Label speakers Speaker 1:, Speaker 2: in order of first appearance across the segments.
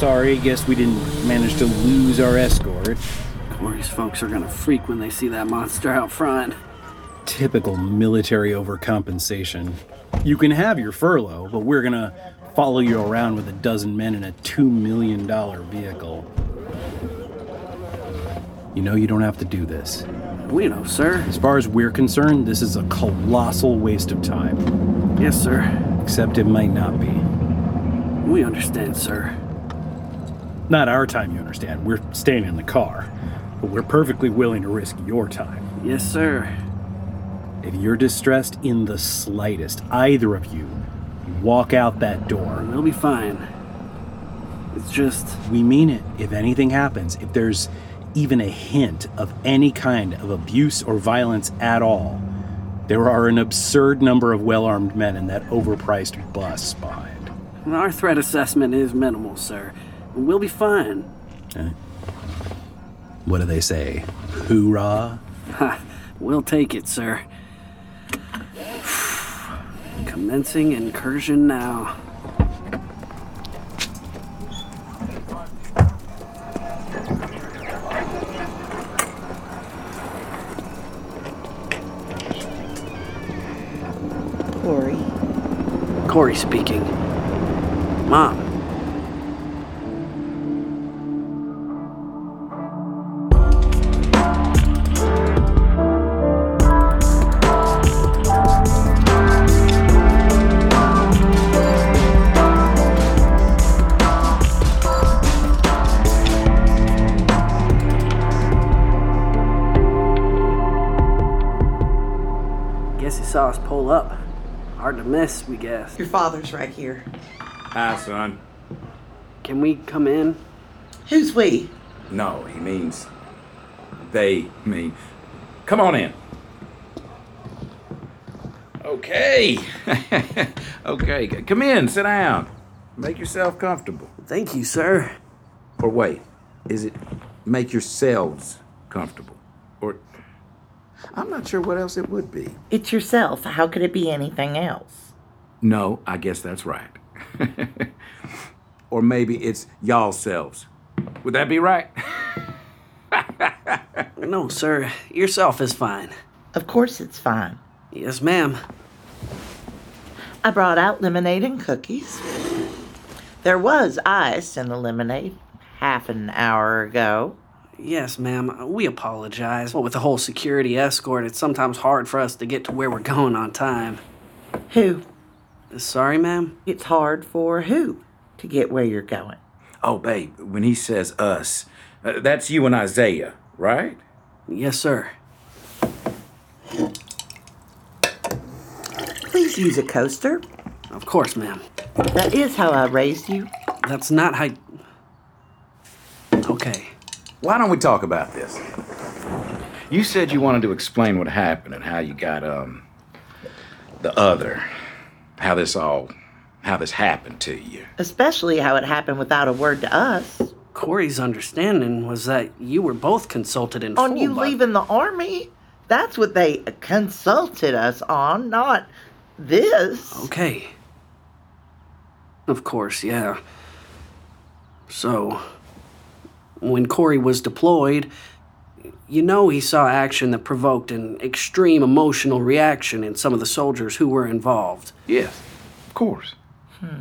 Speaker 1: Sorry, guess we didn't manage to lose our escort.
Speaker 2: Corey's folks are gonna freak when they see that monster out front.
Speaker 1: Typical military overcompensation. You can have your furlough, but we're gonna follow you around with a dozen men in a $2 million vehicle. You know you don't have to do this.
Speaker 2: We know, sir.
Speaker 1: As far as we're concerned, this is a colossal waste of time.
Speaker 2: Yes, sir.
Speaker 1: Except it might not be.
Speaker 2: We understand, sir.
Speaker 1: Not our time, you understand. We're staying in the car. But we're perfectly willing to risk your time.
Speaker 2: Yes, sir.
Speaker 1: If you're distressed in the slightest, either of you, you walk out that door.
Speaker 2: We'll be fine. It's just,
Speaker 1: We mean it. If anything happens, if there's even a hint of any kind of abuse or violence at all, there are an absurd number of well armed men in that overpriced bus behind.
Speaker 2: our threat assessment is minimal, sir. We'll be fine.
Speaker 1: What do they say? Hoorah?
Speaker 2: Ha, we'll take it, sir. Commencing incursion now.
Speaker 3: Corey.
Speaker 2: Corey speaking. Mom, guess he saw us pull up. Hard to miss, we guess.
Speaker 3: Your father's right here.
Speaker 4: Hi, Ah, son.
Speaker 2: Can we come in?
Speaker 3: Who's we?
Speaker 4: No, he means. They mean. Come on in. Okay. okay, c- come in, sit down. Make yourself comfortable.
Speaker 2: Thank you, sir.
Speaker 4: Or wait, is it make yourselves comfortable? Or. I'm not sure what else it would be.
Speaker 5: It's yourself. How could it be anything else?
Speaker 4: No, I guess that's right. or maybe it's y'all selves. Would that be right?
Speaker 2: No, sir. Yourself is fine.
Speaker 5: Of course it's fine.
Speaker 2: Yes, ma'am.
Speaker 5: I brought out lemonade and cookies. There was ice in the lemonade half an hour ago.
Speaker 2: Yes, ma'am. We apologize. Well, with the whole security escort, it's sometimes hard for us to get to where we're going on time.
Speaker 5: Who?
Speaker 2: Sorry, ma'am.
Speaker 5: It's hard for who to get where you're going.
Speaker 4: Oh, babe, when he says us, uh, that's you and Isaiah, right?
Speaker 2: Yes, sir.
Speaker 5: Please use a coaster.
Speaker 2: Of course, ma'am.
Speaker 5: That is how I raised you.
Speaker 2: That's not how. Okay.
Speaker 4: Why don't we talk about this? You said you wanted to explain what happened and how you got um the other, how this all, how this happened to you.
Speaker 5: Especially how it happened without a word to us.
Speaker 2: Corey's understanding was that you were both consulted in
Speaker 5: On
Speaker 2: full
Speaker 3: Oh,
Speaker 5: you
Speaker 2: by-
Speaker 5: leaving the army? That's what they consulted us on, not this.
Speaker 3: Oh,
Speaker 2: Okay. Of course, yeah. So, when Corey was deployed, you know he saw action that provoked an extreme emotional reaction in some of the soldiers who were involved.
Speaker 4: Yes, of course. Hmm.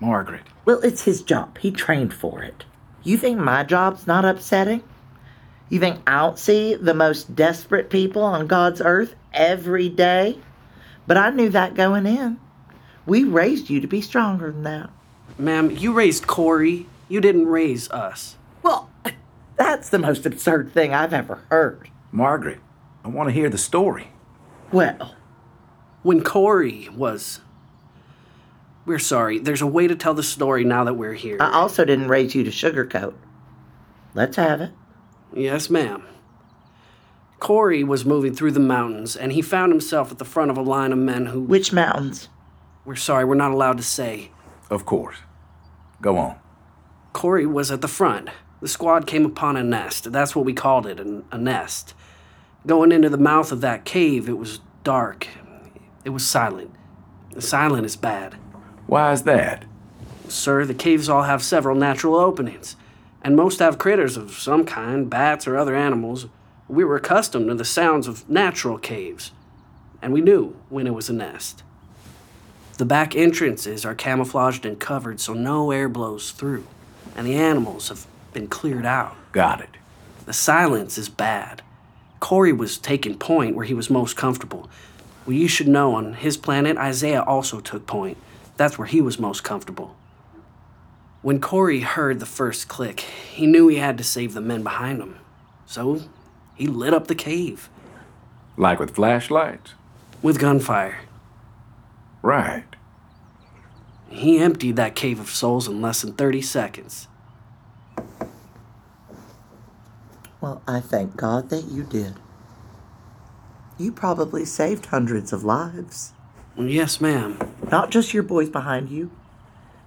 Speaker 4: Margaret.
Speaker 5: Well, it's his job. He trained for it. You think my job's not upsetting? You think I don't see the most desperate people on God's earth every day? But I knew that going in. We raised you to be stronger than that.
Speaker 2: Ma'am, you raised Corey. You didn't raise us.
Speaker 5: Well, that's the most absurd thing I've ever heard.
Speaker 4: Margaret, I want to hear the story.
Speaker 5: Well,
Speaker 2: When Corey was. We're sorry. There's a way to tell the story now that we're here.
Speaker 5: I also didn't raise you to sugarcoat. Let's have it.
Speaker 2: Yes, ma'am. Corey was moving through the mountains, and he found himself at the front of a line of men who.
Speaker 5: Which mountains?
Speaker 2: We're sorry, we're not allowed to say.
Speaker 4: Of course. Go on.
Speaker 2: Corey was at the front. The squad came upon a nest. That's what we called it an, a nest. Going into the mouth of that cave, it was dark. It was silent. Silent is bad.
Speaker 4: Why is that?
Speaker 2: Sir, the caves all have several natural openings, and most have critters of some kind, bats or other animals. We were accustomed to the sounds of natural caves, and we knew when it was a nest. The back entrances are camouflaged and covered so no air blows through, and the animals have been cleared out.
Speaker 4: Got it.
Speaker 2: The silence is bad. Corey was taking point where he was most comfortable. Well, you should know on his planet, Isaiah also took point. That's where he was most comfortable. When Corey heard the first click, he knew he had to save the men behind him. So he lit up the cave
Speaker 4: Like with flashlights?
Speaker 2: with gunfire.
Speaker 4: Right.
Speaker 2: He emptied that cave of souls in less than 30 seconds.
Speaker 5: Well, I thank God that you did. You probably saved hundreds of lives.
Speaker 2: Yes, ma'am.
Speaker 5: Not just your boys behind you.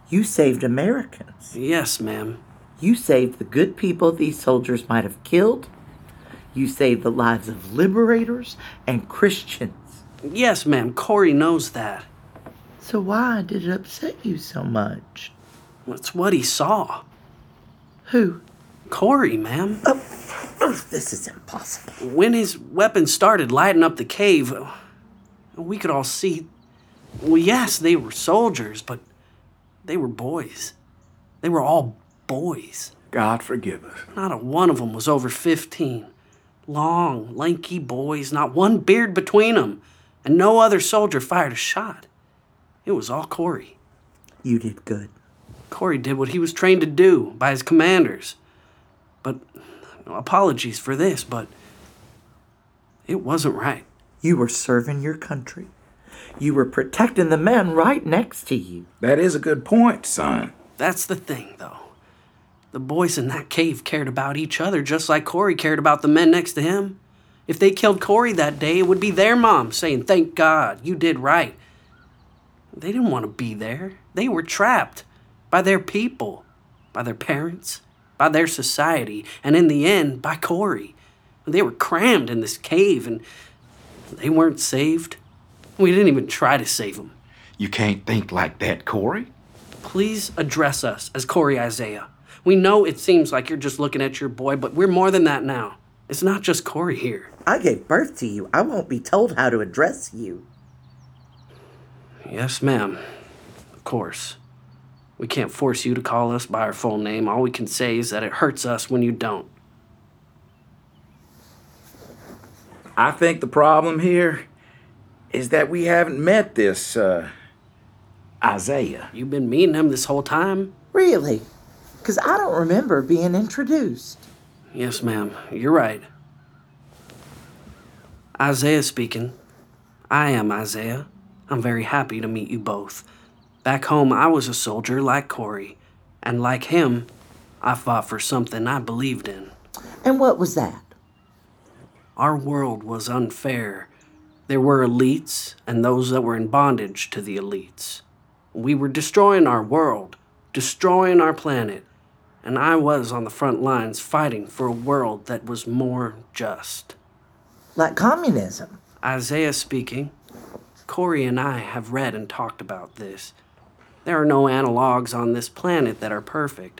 Speaker 5: You saved Americans.
Speaker 2: Yes, ma'am.
Speaker 5: You saved the good people these soldiers might have killed. You saved the lives of liberators and Christians.
Speaker 2: Yes, ma'am. Corey knows that.
Speaker 5: So why did it upset you so much?
Speaker 2: That's what he saw.
Speaker 5: Who?
Speaker 2: Corey, ma'am.
Speaker 5: Oh, this is impossible.
Speaker 2: when his weapon started lighting up the cave, we could all see. Well, yes, they were soldiers, but they were boys. They were all boys.
Speaker 4: God forgive us.
Speaker 2: Not a one of them was over 15. Long, lanky boys, not one beard between them, and no other soldier fired a shot. It was all Corey.
Speaker 5: You did good.
Speaker 2: Corey did what he was trained to do by his commanders. But apologies for this, but it wasn't right.
Speaker 5: You were serving your country. You were protecting the men right next to you.
Speaker 4: That is a good point, son.
Speaker 2: That's the thing, though. The boys in that cave cared about each other just like Corey cared about the men next to him. If they killed Corey that day, it would be their mom saying, Thank God, you did right. They didn't want to be there. They were trapped by their people, by their parents, by their society, and in the end, by Corey. They were crammed in this cave and they weren't saved. We didn't even try to save them.
Speaker 4: You can't think like that, Corey.
Speaker 2: Please address us as Corey Isaiah. We know it seems like you're just looking at your boy, but we're more than that now. It's not just Corey here.
Speaker 5: I gave birth to you. I won't be told how to address you.
Speaker 2: Yes, ma'am. Of course. We can't force you to call us by our full name. All we can say is that it hurts us when you don't.
Speaker 4: I think the problem here is that we haven't met this, uh, Isaiah.
Speaker 2: You've been meeting him this whole time?
Speaker 5: Really? Because I don't remember being introduced.
Speaker 2: Yes, ma'am. You're right. Isaiah speaking. I am Isaiah. I'm very happy to meet you both. Back home, I was a soldier like Corey, and like him, I fought for something I believed in.
Speaker 5: And what was that?
Speaker 2: Our world was unfair. There were elites and those that were in bondage to the elites. We were destroying our world, destroying our planet, and I was on the front lines fighting for a world that was more just.
Speaker 5: Like communism.
Speaker 2: Isaiah speaking. Corey and I have read and talked about this. There are no analogs on this planet that are perfect.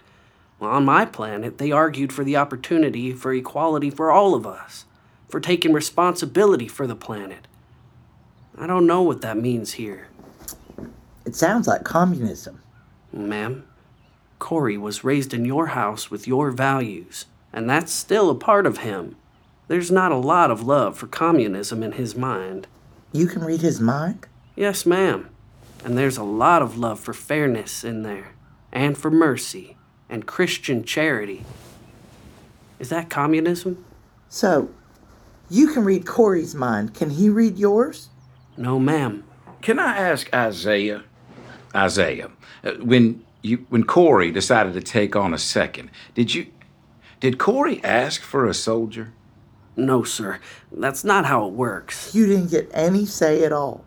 Speaker 2: Well, on my planet, they argued for the opportunity for equality for all of us, for taking responsibility for the planet. I don't know what that means here,
Speaker 5: It sounds like communism.
Speaker 2: ma'am. Corey was raised in your house with your values, and that's still a part of him. There's not a lot of love for communism in his mind.
Speaker 5: You can read his mind?
Speaker 2: Yes, ma'am. And there's a lot of love for fairness in there, and for mercy, and Christian charity. Is that communism?
Speaker 5: So, you can read Corey's mind. Can he read yours?
Speaker 2: No, ma'am.
Speaker 4: Can I ask Isaiah? Isaiah, uh, when you when Corey decided to take on a second, did you did Corey ask for a soldier?
Speaker 2: No, sir. That's not how it works.
Speaker 5: You didn't get any say at all.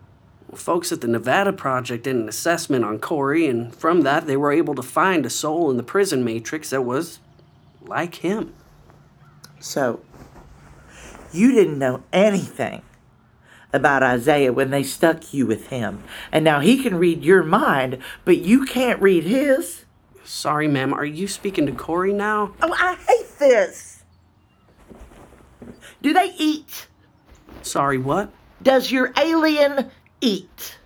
Speaker 2: Folks at the Nevada Project did an assessment on Corey, and from that, they were able to find a soul in the prison matrix that was like him.
Speaker 5: So, you didn't know anything about Isaiah when they stuck you with him. And now he can read your mind, but you can't read his.
Speaker 2: Sorry, ma'am, are you speaking to Corey now?
Speaker 5: Oh, I hate this. Do they eat?
Speaker 2: Sorry, what?
Speaker 5: Does your alien eat?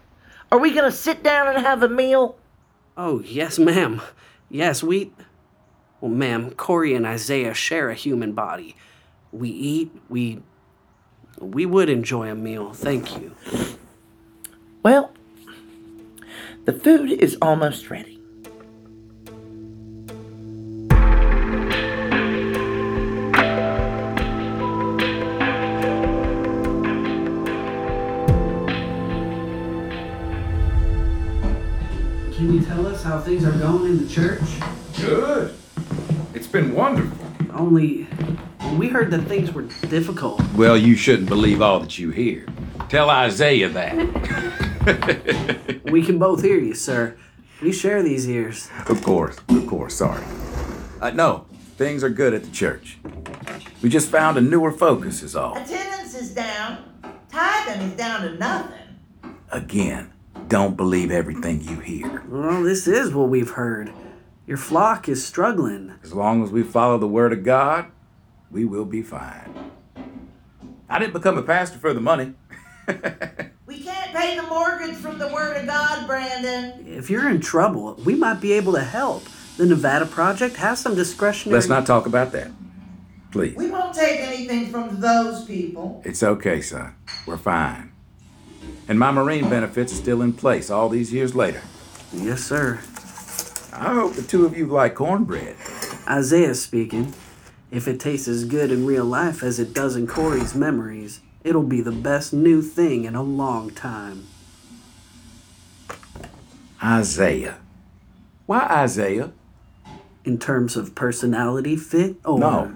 Speaker 5: Are we going to sit down and have a meal?
Speaker 2: Oh, yes, ma'am. Yes, we. Well, ma'am, Corey and Isaiah share a human body. We eat, we. We would enjoy a meal, thank you.
Speaker 5: Well, the food is almost ready.
Speaker 2: Can you tell us how things are going in the church?
Speaker 4: Good. It's been wonderful.
Speaker 2: Only. We heard that things were difficult.
Speaker 4: Well, you shouldn't believe all that you hear. Tell Isaiah that.
Speaker 2: We can both hear you, sir. We share these ears.
Speaker 4: Of course, of course. Sorry. Uh, no, things are good at the church. We just found a newer focus, is all.
Speaker 5: Attendance is down. Tithing is down to nothing.
Speaker 4: Again, don't believe everything you hear.
Speaker 2: Well, this is what we've heard. Your flock is struggling.
Speaker 4: As long as we follow the word of God, we will be fine. I didn't become a pastor for the money.
Speaker 5: We can't pay the mortgage from the Word of God, Brandon.
Speaker 2: If you're in trouble, we might be able to help. The Nevada Project has some discretionary.
Speaker 4: Let's not talk about that. Please.
Speaker 5: We won't take anything from those people.
Speaker 4: It's okay, son. We're fine. And my Marine benefits are still in place all these years later.
Speaker 2: Yes, sir.
Speaker 4: I hope the two of you like cornbread.
Speaker 2: Isaiah speaking. If it tastes as good in real life as it does in Corey's memories, it'll be the best new thing in a long time.
Speaker 4: Isaiah. Why Isaiah?
Speaker 2: In terms of personality fit oh, or
Speaker 4: No.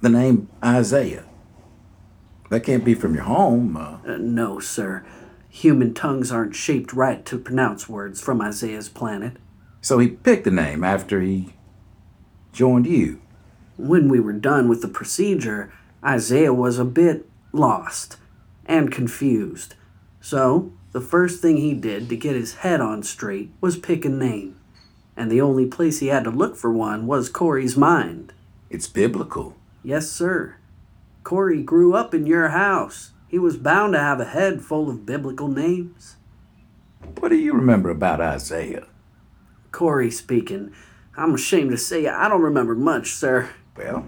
Speaker 4: The name Isaiah. That can't be from your home. Uh,
Speaker 2: Uh, no, sir. Human tongues aren't shaped right to pronounce words from Isaiah's planet.
Speaker 4: so he picked the name after he joined you.
Speaker 2: When we were done with the procedure, Isaiah was a bit lost and confused. So, the first thing he did to get his head on straight was pick a name. And the only place he had to look for one was Corey's mind.
Speaker 4: It's biblical.
Speaker 2: Yes, sir. Corey grew up in your house. He was bound to have a head full of biblical names.
Speaker 4: What do you remember about Isaiah?
Speaker 2: Corey speaking. I'm ashamed to say I don't remember much, sir.
Speaker 4: Well,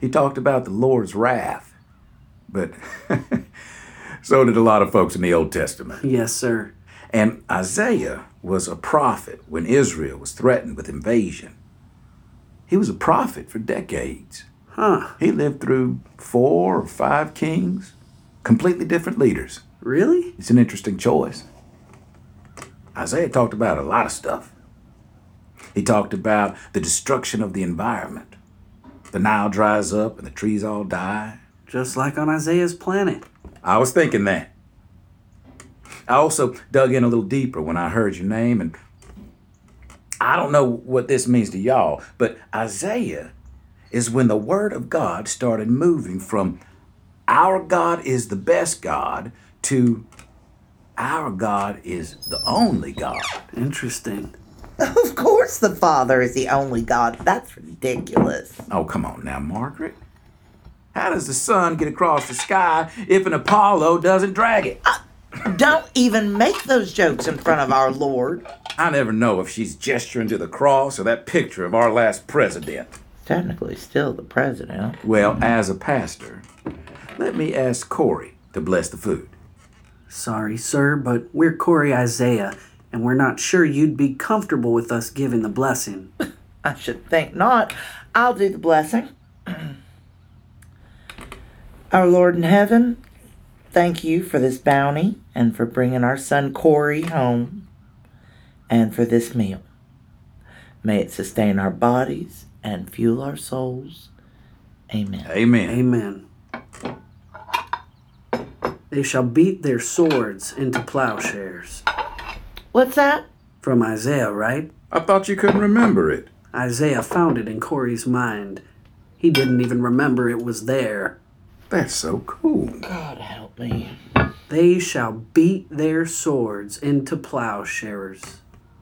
Speaker 4: he talked about the Lord's wrath, but so did a lot of folks in the Old Testament.
Speaker 2: Yes, sir.
Speaker 4: And Isaiah was a prophet when Israel was threatened with invasion. He was a prophet for decades.
Speaker 2: Huh,
Speaker 4: He lived through four or five kings, completely different leaders.
Speaker 2: really?
Speaker 4: It's an interesting choice. Isaiah talked about a lot of stuff. He talked about the destruction of the environment. The Nile dries up and the trees all die.
Speaker 2: Just like on Isaiah's planet.
Speaker 4: I was thinking that. I also dug in a little deeper when I heard your name, and I don't know what this means to y'all, but Isaiah is when the Word of God started moving from our God is the best God to our God is the only God.
Speaker 2: Interesting.
Speaker 5: Of course, the Father is the only God. That's ridiculous.
Speaker 4: Oh, come on now, Margaret. How does the sun get across the sky if an Apollo doesn't drag it?
Speaker 5: Don't even make those jokes in front of our Lord.
Speaker 4: I never know if she's gesturing to the cross or that picture of our last president.
Speaker 5: Technically, still the president.
Speaker 4: Well, as a pastor, let me ask Corey to bless the food.
Speaker 2: Sorry, sir, but we're Corey Isaiah, and we're not sure you'd be comfortable with us giving the blessing.
Speaker 5: I should think not. I'll do the blessing. Our Lord in heaven, thank you for this bounty and for bringing our son Corey home and for this meal. May it sustain our bodies and fuel our souls. Amen.
Speaker 4: Amen.
Speaker 2: Amen. They shall beat their swords into plowshares.
Speaker 5: What's that?
Speaker 2: From Isaiah, right?
Speaker 4: I thought you couldn't remember it.
Speaker 2: Isaiah found it in Corey's mind. He didn't even remember it was there.
Speaker 4: That's so cool.
Speaker 5: God help me.
Speaker 2: They shall beat their swords into plowshares.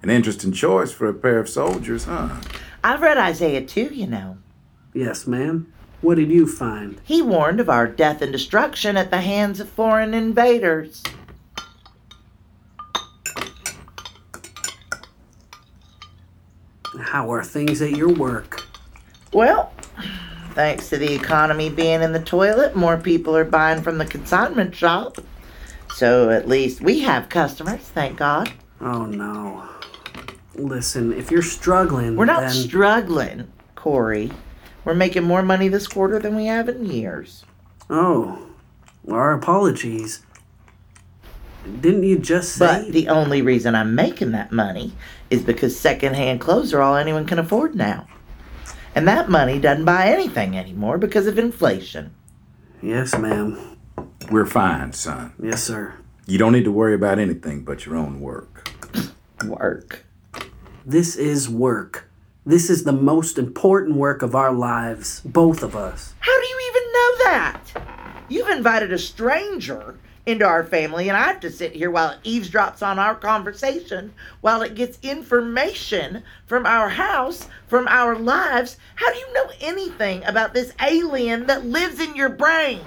Speaker 4: An interesting choice for a pair of soldiers, huh?
Speaker 5: I've read Isaiah too, you know.
Speaker 2: Yes, ma'am. What did you find?
Speaker 5: He warned of our death and destruction at the hands of foreign invaders.
Speaker 2: How are things at your work?
Speaker 5: Well, thanks to the economy being in the toilet, more people are buying from the consignment shop. So at least we have customers, thank God.
Speaker 2: Oh no. Listen, if you're struggling,
Speaker 5: We're not
Speaker 2: then
Speaker 5: struggling, Corey. We're making more money this quarter than we have in years.
Speaker 2: oh, our apologies. Didn't you just say?
Speaker 5: But the only reason I'm making that money is because secondhand clothes are all anyone can afford now. And that money doesn't buy anything anymore because of inflation.
Speaker 2: yes, ma'am.
Speaker 4: We're fine, son.
Speaker 2: Yes, sir.
Speaker 4: You don't need to worry about anything but your own work.
Speaker 5: Work.
Speaker 2: This is work. This is the most important work of our lives, both of us.
Speaker 5: How do you even know that? You've invited a stranger into our family, and I have to sit here while it eavesdrops on our conversation, while it gets information from our house, from our lives. How do you know anything about this alien that lives in your brain?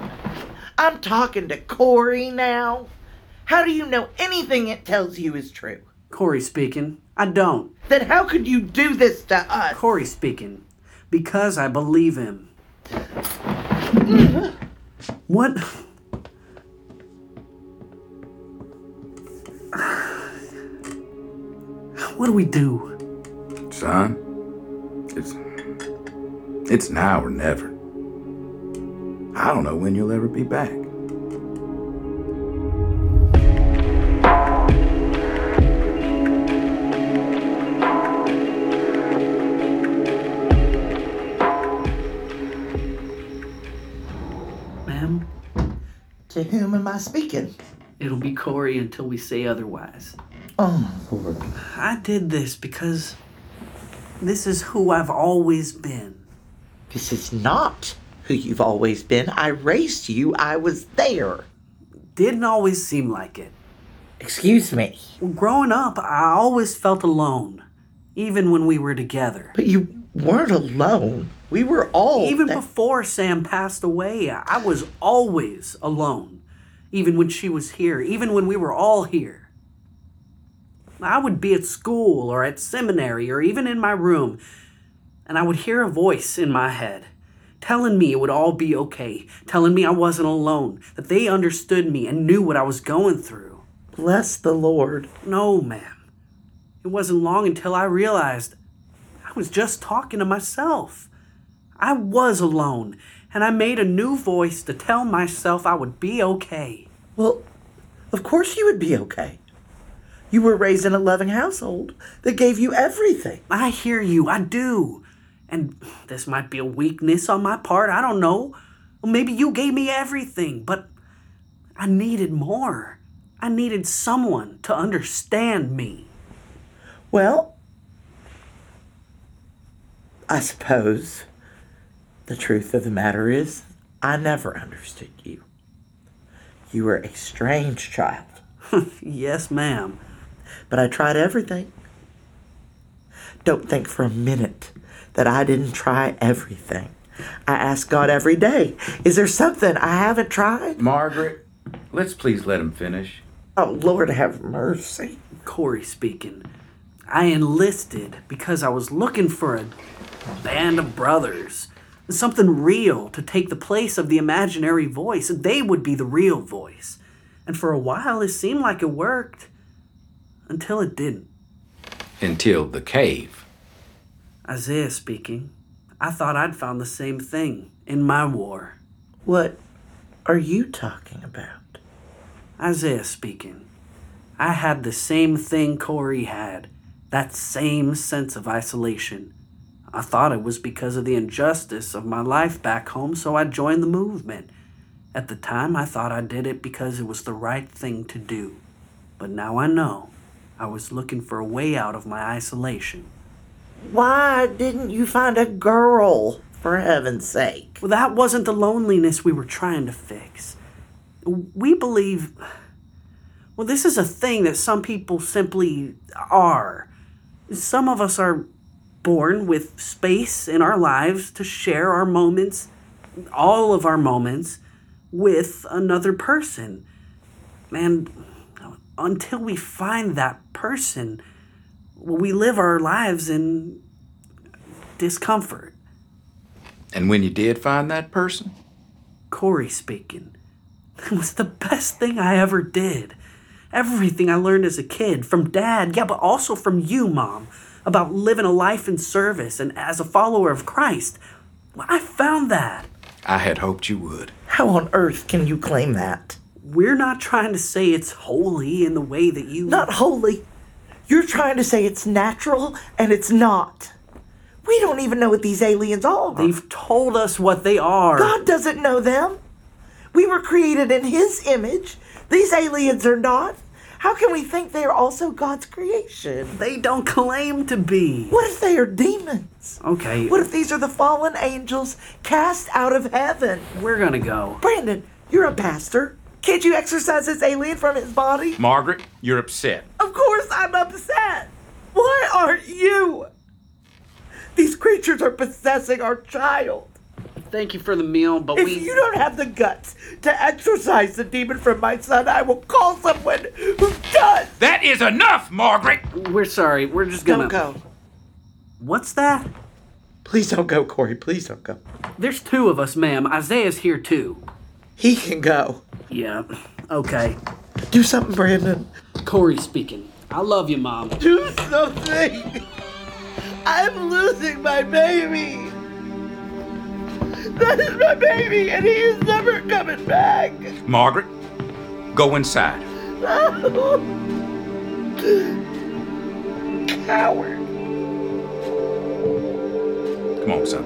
Speaker 5: I'm talking to Corey now. How do you know anything it tells you is true?
Speaker 2: Corey speaking. I don't.
Speaker 5: Then how could you do this to us?
Speaker 2: Corey speaking. Because I believe him. What? What do we do?
Speaker 4: Son, it's it's now or never. I don't know when you'll ever be back.
Speaker 2: Ma'am,
Speaker 5: To whom am I speaking?
Speaker 2: it'll be Corey until we say otherwise.
Speaker 5: Oh, my Lord.
Speaker 2: I did this because this is who I've always been.
Speaker 5: This is not who you've always been. I raised you. I was there.
Speaker 2: Didn't always seem like it.
Speaker 5: Excuse me.
Speaker 2: Growing up, I always felt alone, even when we were together.
Speaker 5: But you weren't alone. We were all
Speaker 2: Even
Speaker 5: there.
Speaker 2: before Sam passed away, I was always alone, even when she was here, even when we were all here. I would be at school or at seminary or even in my room, and I would hear a voice in my head telling me it would all be okay, telling me I wasn't alone, that they understood me and knew what I was going through.
Speaker 5: Bless the Lord.
Speaker 2: No, ma'am. It wasn't long until I realized I was just talking to myself. I was alone, and I made a new voice to tell myself I would be okay.
Speaker 5: Well, of course you would be okay. You were raised in a loving household that gave you everything.
Speaker 2: I hear you, I do. And this might be a weakness on my part, I don't know. Maybe you gave me everything, but I needed more. I needed someone to understand me.
Speaker 5: Well, I suppose the truth of the matter is, I never understood you. You were a strange child,
Speaker 2: Yes, ma'am.
Speaker 5: but I tried everything. Don't think for a minute that I didn't try everything. I ask God every day, is there something I haven't tried?
Speaker 4: Margaret, let's please let him finish.
Speaker 5: Oh, Lord have mercy.
Speaker 2: Corey speaking. I enlisted because I was looking for a band of brothers, something real to take the place of the imaginary voice. They would be the real voice. And for a while, it seemed like it worked until it didn't.
Speaker 4: Until the cave.
Speaker 2: Isaiah speaking. I thought I'd found the same thing in my war.
Speaker 5: What are you talking about?
Speaker 2: Isaiah speaking. I had the same thing Corey had, that same sense of isolation. I thought it was because of the injustice of my life back home, so I joined the movement. At the time, I thought I did it because it was the right thing to do. But now I know I was looking for a way out of my isolation.
Speaker 5: Why didn't you find a girl, for heaven's sake?
Speaker 2: Well, that wasn't the loneliness we were trying to fix. We believe. Well, this is a thing that some people simply are. Some of us are born with space in our lives to share our moments, all of our moments, with another person. And until we find that person, we live our lives in discomfort.
Speaker 4: And when you did find that person,
Speaker 2: Corey speaking. It was the best thing I ever did. Everything I learned as a kid from dad, yeah, but also from you, mom, about living a life in service and as a follower of Christ. Well, I found that.
Speaker 4: I had hoped you would.
Speaker 5: How on earth can you claim that?
Speaker 2: We're not trying to say it's holy in the way that you.
Speaker 5: Not holy. You're trying to say it's natural, and it's not. We don't even know what these aliens are.
Speaker 2: They've told us what they are.
Speaker 5: God doesn't know them. We were created in His image. These aliens are not. How can we think they are also God's creation?
Speaker 2: They don't claim to be.
Speaker 5: What if they are demons?
Speaker 2: Okay,
Speaker 5: What if these are the fallen angels cast out of heaven?
Speaker 2: we're gonna go.
Speaker 5: Brandon, you're a pastor. Can't you exorcise this alien from his body?
Speaker 4: Margaret, you're upset.
Speaker 5: Of course I'm upset. Why aren't you? These creatures are possessing our child.
Speaker 2: Thank you for the meal, but
Speaker 5: If
Speaker 2: we.
Speaker 5: you don't have the guts to exorcise the demon from my son, I will call someone who does.
Speaker 4: That is enough, Margaret!
Speaker 2: We're sorry. We're just gonna.
Speaker 3: Don't go.
Speaker 2: What's that?
Speaker 5: Please don't go, Corey. Please don't go.
Speaker 2: There's two of us, ma'am. Isaiah's here too.
Speaker 5: He can go.
Speaker 2: Yeah. Okay.
Speaker 5: Do something, Brandon.
Speaker 2: Corey speaking. I love you, mom.
Speaker 5: Do something. I'm losing my baby. That is my baby, and he is never coming back.
Speaker 4: Margaret, go inside.
Speaker 5: Coward.
Speaker 4: Come on, son.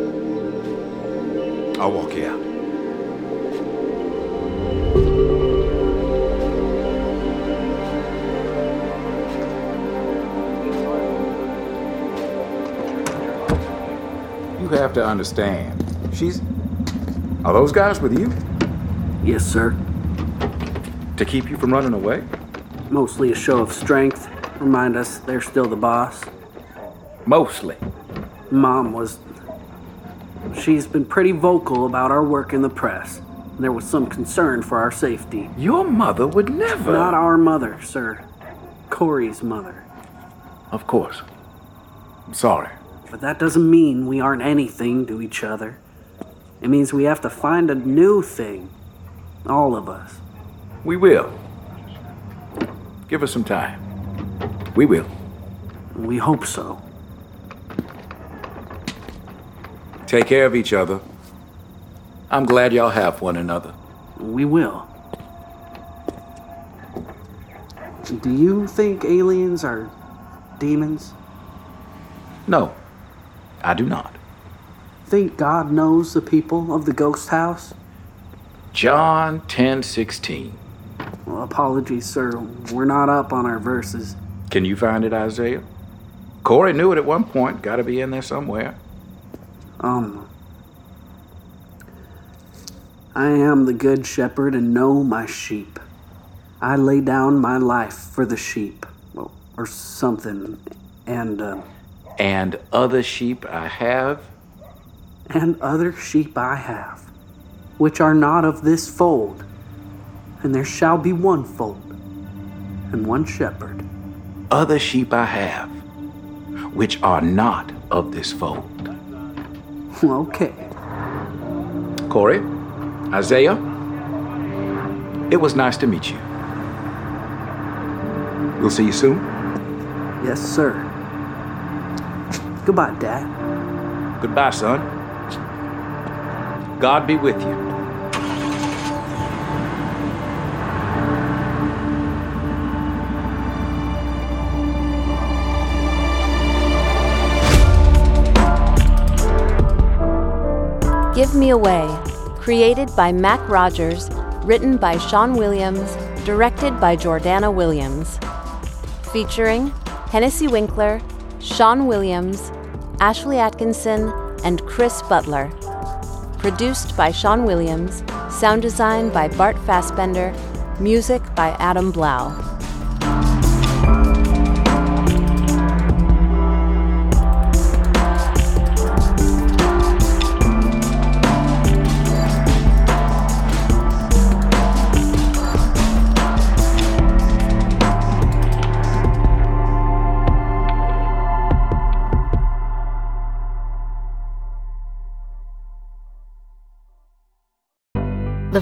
Speaker 4: I'll walk you out. You have to understand. She's. Are those guys with you?
Speaker 2: Yes, sir.
Speaker 4: To keep you from running away?
Speaker 2: Mostly a show of strength. Remind us they're still the boss.
Speaker 4: Mostly.
Speaker 2: Mom was. She's been pretty vocal about our work in the press. There was some concern for our safety.
Speaker 4: Your mother would never.
Speaker 2: Not our mother, sir. Corey's mother.
Speaker 4: Of course. I'm sorry.
Speaker 2: But that doesn't mean we aren't anything to each other. It means we have to find a new thing. All of us.
Speaker 4: We will. Give us some time. We will.
Speaker 2: We hope so.
Speaker 4: Take care of each other. I'm glad y'all have one another.
Speaker 2: We will. Do you think aliens are demons?
Speaker 4: No, I do not.
Speaker 2: Think God knows the people of the ghost house?
Speaker 4: John 10:16.
Speaker 2: Well, apologies, sir. We're not up on our verses.
Speaker 4: Can you find it, Isaiah? Corey knew it at one point. Got to be in there somewhere.
Speaker 2: Um. I am the good shepherd and know my sheep. I lay down my life for the sheep. Well, or something. And, uh,
Speaker 4: And other sheep I have.
Speaker 2: and other sheep I have, which are not of this fold, and there shall be one fold. and one shepherd.
Speaker 4: Other sheep I have, which are not of this fold.
Speaker 2: Okay.
Speaker 4: Corey, Isaiah, it was nice to meet you. We'll see you soon.
Speaker 2: Yes, sir. Goodbye, Dad.
Speaker 4: Goodbye, son. God be with you.
Speaker 6: Give Me Away, created by Mac Rogers, written by Sean Williams, directed by Jordana Williams. Featuring Hennessy Winkler, Sean Williams, Ashley Atkinson, and Chris Butler. Produced by Sean Williams, sound design by Bart Fassbender, music by Adam Blau.
Speaker 7: The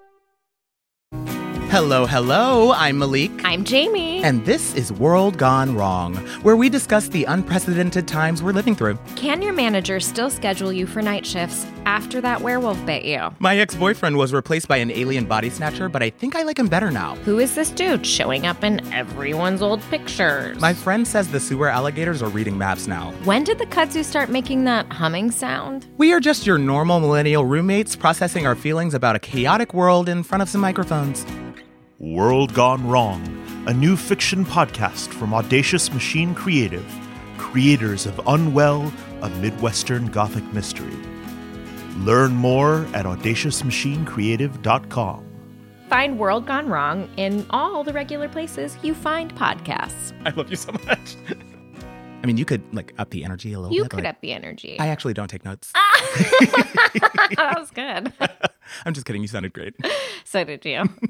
Speaker 8: Hello, hello. I'm Malik.
Speaker 7: I'm Jamie.
Speaker 8: And this is World Gone Wrong, where we discuss the unprecedented times we're living through.
Speaker 9: Can your manager still schedule you for night shifts after that werewolf bit you?
Speaker 8: My ex boyfriend was replaced by an alien body snatcher, but I think I like him better now.
Speaker 9: Who is this dude showing up in everyone's old pictures?
Speaker 8: My friend says the sewer alligators are reading maps now.
Speaker 9: when did the kudzu start making that humming sound?
Speaker 8: We are just your normal millennial roommates processing our feelings about a chaotic world in front of some microphones.
Speaker 10: World Gone Wrong, a new fiction podcast from Audacious Machine Creative, creators of Unwell, a Midwestern Gothic mystery. Learn more at audaciousmachinecreative.com.
Speaker 9: Find World Gone Wrong in all the regular places you find podcasts.
Speaker 8: I love you so much. I mean, you could like up the energy a little
Speaker 9: You
Speaker 8: bit.
Speaker 9: could
Speaker 8: like-
Speaker 9: up the energy. Ah!
Speaker 8: I actually don't take notes.
Speaker 9: that was good.
Speaker 8: I'm just kidding. You sounded great.
Speaker 9: so did you.